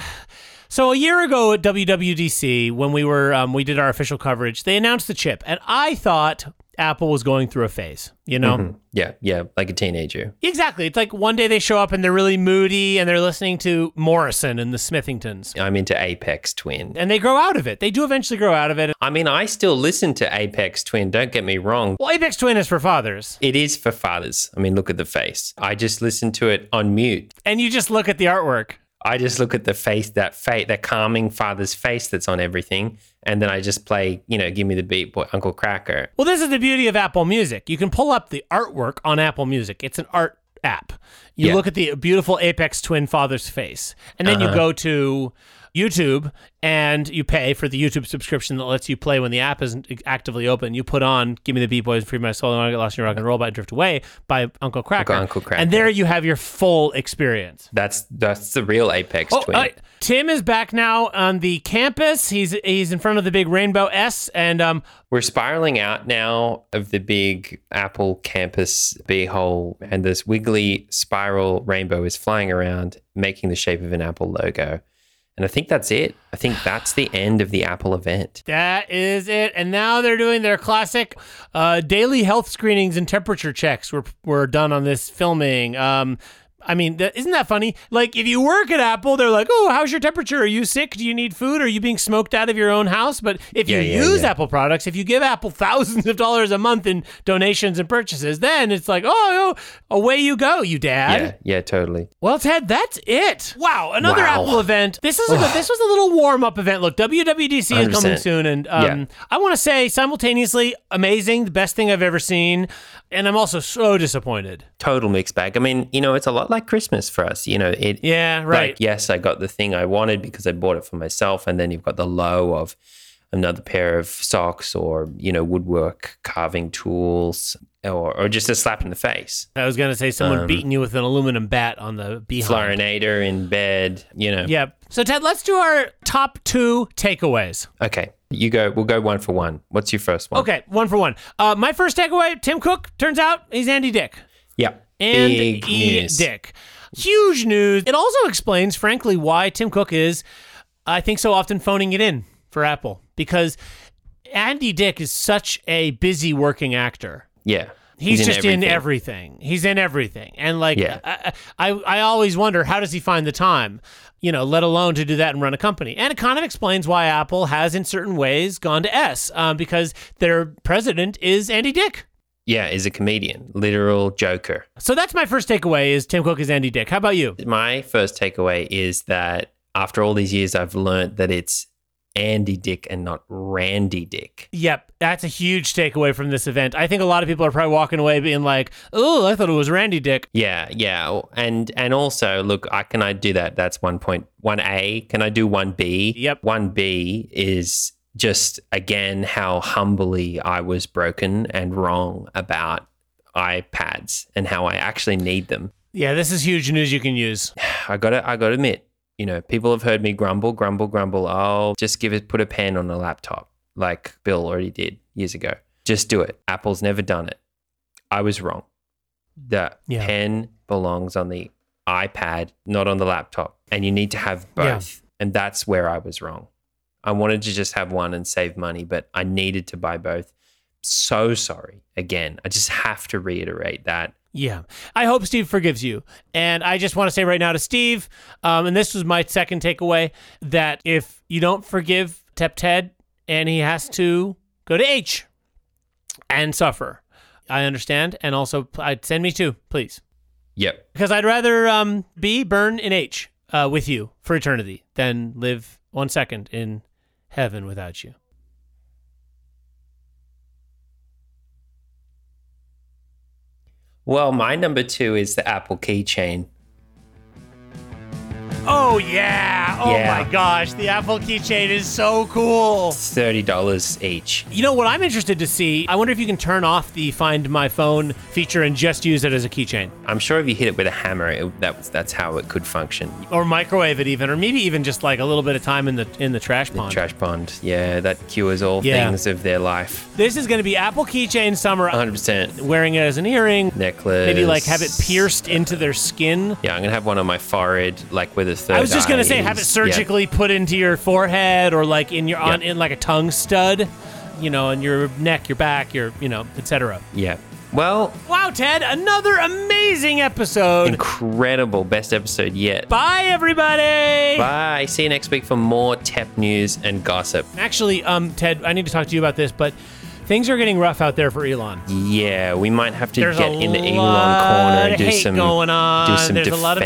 so a year ago at WWDC, when we were, um, we did our official coverage, they announced the chip. And I thought Apple was going through a phase, you know?
Yeah, yeah, like a teenager.
Exactly. It's like one day they show up and they're really moody and they're listening to Morrison and the Smithingtons.
I'm into Apex Twin.
And they grow out of it. They do eventually grow out of it.
I mean, I still listen to Apex Twin, don't get me wrong.
Well, Apex Twin is for fathers.
It is for fathers. I mean, look at the face. I just listen to it on mute.
And you just look at the artwork.
I just look at the face, that fate, that calming father's face that's on everything. And then I just play, you know, give me the beat, boy, Uncle Cracker.
Well, this is the beauty of Apple Music. You can pull up the artwork on Apple Music. It's an art app. You
Yeah.
look at the beautiful Apex Twin father's face, and then you
Uh-huh.
go to YouTube and you pay for the YouTube subscription that lets you play when the app isn't actively open. You put on "Give Me the Beat Boys" and "Free My Soul" and "I Get Lost in Your Rock and Roll" by Drift Away by Uncle Cracker.
Uncle Cracker.
And there you have your full experience.
That's that's the real Apex
Oh,
Twin.
uh, Tim is back now on the campus. He's he's in front of the big rainbow S, and um,
We're spiraling out now of the big Apple campus beehole, and this wiggly spiral rainbow is flying around, making the shape of an Apple logo. And I think that's it. I think that's the end of the Apple event.
That is it. And now they're doing their classic uh, daily health screenings and temperature checks. Were were done on this filming. Um, I mean, that, isn't that funny? Like, if you work at Apple, they're like, "Oh, how's your temperature? Are you sick? Do you need food? Are you being smoked out of your own house?" But if
Yeah,
you
yeah,
use
yeah.
Apple products, if you give Apple thousands of dollars a month in donations and purchases, then it's like, "Oh, oh, away you go, you dad."
Yeah, yeah, totally.
Well, Ted, that's it. Wow, another
Wow.
Apple event. This is a, this was a little warm up event. Look, WWDC is coming
100%.
soon, and um,
Yeah.
I want to say simultaneously amazing, the best thing I've ever seen, and I'm also so disappointed.
Total mixed bag. I mean, you know, it's a lot like Christmas for us. You know, it
Yeah, right.
Like, yes, I got the thing I wanted because I bought it for myself. And then you've got the low of another pair of socks or, you know, woodwork carving tools or, or just a slap in the face.
I was gonna say someone
um,
beating you with an aluminum bat on the behind.
Florinator in bed, you know.
Yep. So Ted, let's do our top two takeaways.
Okay. You go, we'll go one for one. What's your first one?
Okay, one for one. Uh, my first takeaway: Tim Cook turns out he's Andy Dick
Yeah.
and
Big
E
news.
Dick. Huge news. It also explains, frankly, why Tim Cook is, I think, so often phoning it in for Apple because Andy Dick is such a busy working actor.
Yeah.
He's, just in
everything.
everything. He's in everything, and like
Yeah.
I, I, I always wonder how does he find the time, you know, let alone to do that and run a company. And it kind of explains why Apple has, in certain ways, gone to S um, because their president is Andy Dick.
Yeah, is a comedian, literal joker.
So that's my first takeaway: is Tim Cook is Andy Dick. How about you?
my first takeaway is that after all these years, I've learned that it's Andy Dick and not Randy Dick.
Yep, that's a huge takeaway from this event. I think a lot of people are probably walking away being like, "Oh, I thought it was Randy Dick."
Yeah, yeah, and and also look, I can I do that? That's one point one A. Can I do one B?
Yep.
One B is just again how humbly I was broken and wrong about iPads and how I actually need them.
Yeah, this is huge news you can use.
I gotta I gotta admit, you know, people have heard me grumble, grumble, grumble. Oh, just give it put a pen on a laptop, like Bill already did years ago. Just do it. Apple's never done it. I was wrong. The
Yeah.
pen belongs on the iPad, not on the laptop. And you need to have both. And that's where I was wrong. I wanted to just have one and save money, but I needed to buy both. So sorry. Again, I just have to reiterate that.
Yeah. I hope Steve forgives you. And I just want to say right now to Steve, um, and this was my second takeaway, that if you don't forgive Tep Ted and he has to go to H and suffer, I understand. And also, p- I'd send me too, please.
Yep.
Because I'd rather um, be burn in H uh, with you for eternity than live one second in heaven without you.
Well, my number two is the Apple keychain.
Oh, yeah. Oh,
Yeah.
my gosh. The Apple keychain is so cool.
It's thirty dollars each.
You know what I'm interested to see? I wonder if you can turn off the Find My Phone feature and just use it as a keychain,
I'm sure if you hit it with a hammer, it, that was, that's how it could function.
or microwave it even, or maybe even just like a little bit of time in the in the trash pond.
Trash pond, yeah, that cures all
Yeah.
things of their life.
this is going to be Apple keychain summer.
100 percent
Wearing it as an earring,
necklace.
maybe like have it pierced into their skin.
Yeah, I'm gonna have one on my forehead, like with a third.
I was just
eye
gonna say have it
is-
surgically put into your forehead or like in your on
Yeah.
in like a tongue stud, you know, in your neck, your back, your you know, etc.
Yeah. yeah. Well,
Wow, Ted, another amazing episode.
incredible, best episode yet.
Bye, everybody.
Bye. See you next week for more tech news and gossip.
Actually, um, Ted, I need to talk to you about this, but things are getting rough out there for Elon.
Yeah, we might have to
There's
get
a
in the Elon
lot
corner and
of
do
hate
some
going on.
Do some
There's
defense.
a lot of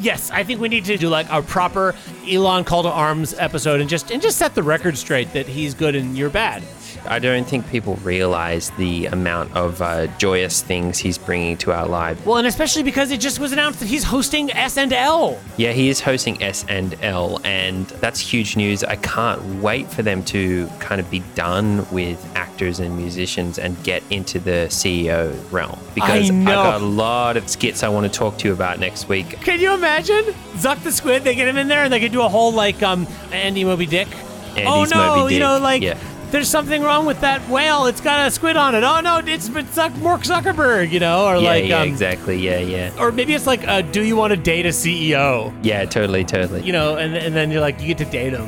Yes, I think we need to do like a proper Elon call to arms episode and just and just set the record straight that he's good and you're bad.
I don't think people realize the amount of uh, joyous things he's bringing to our lives.
Well, and especially because it just was announced that he's hosting S and L.
Yeah, he is hosting S and L, and that's huge news. I can't wait for them to kind of be done with actors and musicians and get into the CEO realm because
know.
got a lot of skits I want to talk to you about next week.
Can you imagine? Zuck the squid, they get him in there and they could do a whole like um Andy Moby Dick. oh
Andy's
no,
Moby
you
Dick,
know like
yeah.
there's something wrong with that whale. It's got a squid on it. Oh no, it's been Zuck Mark Zuckerberg, you know, or
Yeah,
like
yeah,
um,
exactly. Yeah, yeah,
or maybe it's like uh, do you want to date a CEO?
yeah, totally, totally.
You know, and and then you're like you get to date him.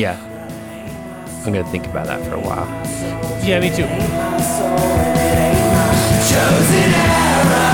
yeah, I'm gonna think about that for a while.
Yeah, me too.
Chosen arrow.